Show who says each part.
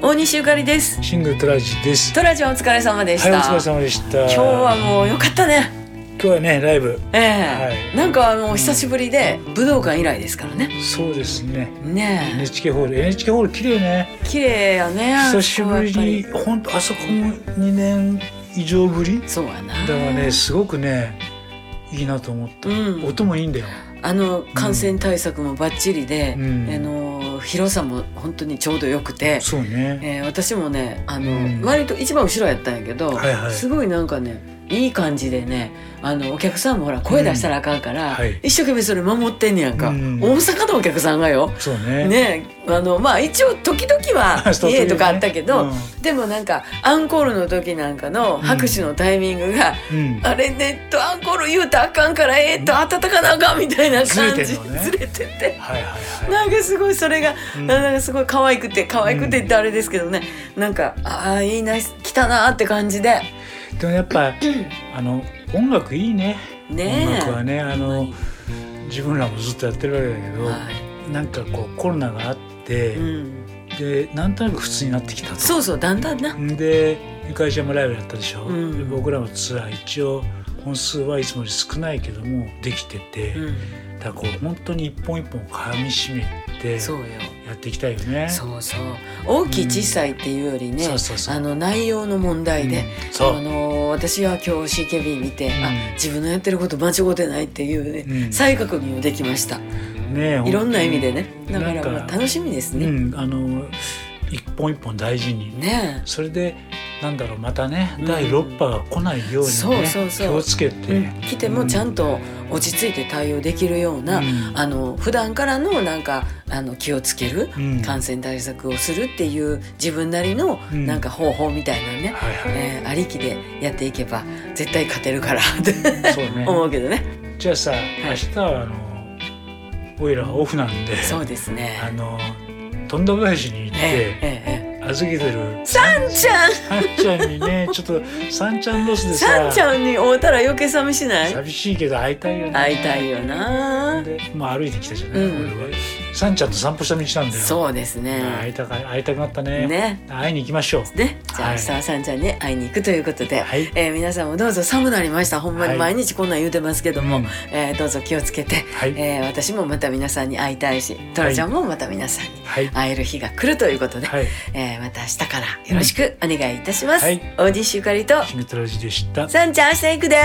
Speaker 1: 大西ゆかりです
Speaker 2: シングルトラジです。
Speaker 1: トラジオお疲れ様でし
Speaker 2: はい、
Speaker 1: た、
Speaker 2: お疲れ様でした。
Speaker 1: 今日はもうよかったね
Speaker 2: 今日はね、ライブ。
Speaker 1: ええ
Speaker 2: はい
Speaker 1: なんかあの久しぶりで武道館以来ですからね
Speaker 2: そうですね。
Speaker 1: ね
Speaker 2: NHK ホール、NHK ホール綺麗ね
Speaker 1: え。綺麗やね
Speaker 2: 久しぶ
Speaker 1: あ
Speaker 2: りに
Speaker 1: そこはやっぱ、
Speaker 2: 本当あそこも2年以上ぶり。
Speaker 1: りそうやな
Speaker 2: だからね、すごくね、いいなと思った。
Speaker 1: うん
Speaker 2: 音もいいんだよ。
Speaker 1: あの感染対策もバッチリで、
Speaker 2: うん
Speaker 1: あの広さも本当にちょうどよくて、
Speaker 2: そうね。
Speaker 1: えー私もねあの、
Speaker 2: うん
Speaker 1: 割と一番後ろやったんやけど、
Speaker 2: はいはい
Speaker 1: すごいなんかねいい感じでねあのお客さんもほら声出したらあかんから、
Speaker 2: うんはい
Speaker 1: 一生懸命それ守ってんねやんか、
Speaker 2: うん
Speaker 1: 大阪のお客さんがよ、
Speaker 2: そうね。
Speaker 1: ねあのまあ一応時々は
Speaker 2: そう
Speaker 1: 家とかあったけど、
Speaker 2: 時々ね
Speaker 1: でもなんかアンコールの時なんかの拍手のタイミングが、
Speaker 2: うんうん
Speaker 1: あれねっとアンコール言うたらあかんからえーっと温かなあかんみたいな感じ
Speaker 2: ずれてんのね
Speaker 1: ずれてて。
Speaker 2: はいはいはい。
Speaker 1: なんかすごいそれが、
Speaker 2: うん
Speaker 1: なんかすごい可愛くて可愛くてってあれですけどね、なんかああいいな来たなって感じで
Speaker 2: でもやっぱ、あの、音楽いいね。
Speaker 1: ねえ
Speaker 2: 音楽はね、あ
Speaker 1: は
Speaker 2: の
Speaker 1: い、
Speaker 2: 自分らもずっとやってるわけだけど。なんかこうコロナがあって、
Speaker 1: うん、
Speaker 2: でなんとなく普通になってきたと
Speaker 1: そうそうだんだんな
Speaker 2: でゆかりちゃんもライブやったでしょ、
Speaker 1: うん
Speaker 2: で僕らのツアー一応本数はいつもより少ないけどもできてて、
Speaker 1: うん、
Speaker 2: だからこう本当に一本一本噛みしめて
Speaker 1: そうよ
Speaker 2: やっていきたいよね
Speaker 1: そうそう大きい小さいっていうよりね、
Speaker 2: そうそうそう
Speaker 1: あの内容の問題で、
Speaker 2: うんそう
Speaker 1: あの私は今日 CKB 見て、
Speaker 2: ん
Speaker 1: あ自分のやってること間違ってないっていうね、
Speaker 2: うん
Speaker 1: 再確認をできました
Speaker 2: ね
Speaker 1: いろんな意味でねだか
Speaker 2: なんから
Speaker 1: まあ楽しみです
Speaker 2: 本当
Speaker 1: ね、
Speaker 2: にうんあの一本一本大事に
Speaker 1: ね
Speaker 2: それでなんだろうまたね、
Speaker 1: うん
Speaker 2: 第6波が来ないようにね
Speaker 1: そうそうそう
Speaker 2: 気をつけ
Speaker 1: え、
Speaker 2: て、
Speaker 1: うん来てもちゃんと落ち着いて対応できるような、
Speaker 2: うん
Speaker 1: あの普段からのなんかあの気をつける、
Speaker 2: うん
Speaker 1: 感染対策をするっていう自分なりの
Speaker 2: うん
Speaker 1: なんか方法みたいなね、
Speaker 2: はいはい、
Speaker 1: えーありきでやっていけば絶対勝てるからって
Speaker 2: そうね
Speaker 1: 思うけどね
Speaker 2: じゃあさ、明日はあのオイラはオフなんで、
Speaker 1: そうですね
Speaker 2: あの富田林に
Speaker 1: え
Speaker 2: 行って、
Speaker 1: えええ
Speaker 2: 預けてる
Speaker 1: さんちゃん
Speaker 2: さんちゃん にね、ちょっとさんちゃんロスでさ、
Speaker 1: さんちゃんに会うたら余計寂しない
Speaker 2: 寂しいけど会いたいよね。
Speaker 1: 会いたいよな
Speaker 2: で、まあ歩いてきたじゃな
Speaker 1: う
Speaker 2: い、
Speaker 1: ん
Speaker 2: 俺は。さんちゃんと散歩した道なんだよ。
Speaker 1: そうです
Speaker 2: 会い
Speaker 1: ね
Speaker 2: たか会いたくなったね。
Speaker 1: ね
Speaker 2: 会いに行きましょう。
Speaker 1: ねじゃあ
Speaker 2: は
Speaker 1: 明
Speaker 2: い
Speaker 1: 日はさんちゃんに会いに行くということで、
Speaker 2: はい
Speaker 1: えー皆さんもどうぞ寒なりましたほんま
Speaker 2: は
Speaker 1: に
Speaker 2: い
Speaker 1: 毎日こんなん言うてますけども、
Speaker 2: うん
Speaker 1: えーどうぞ気をつけて、
Speaker 2: はい
Speaker 1: えー私もまた皆さんに会いたいしトラちゃんもまた皆さんに
Speaker 2: はい
Speaker 1: 会える日が来るということで、
Speaker 2: はい。
Speaker 1: えーまた明日からよろしくお願いいたします。
Speaker 2: はい
Speaker 1: 大西ゆかりと
Speaker 2: シングトラジでした。
Speaker 1: さんちゃん明日行くで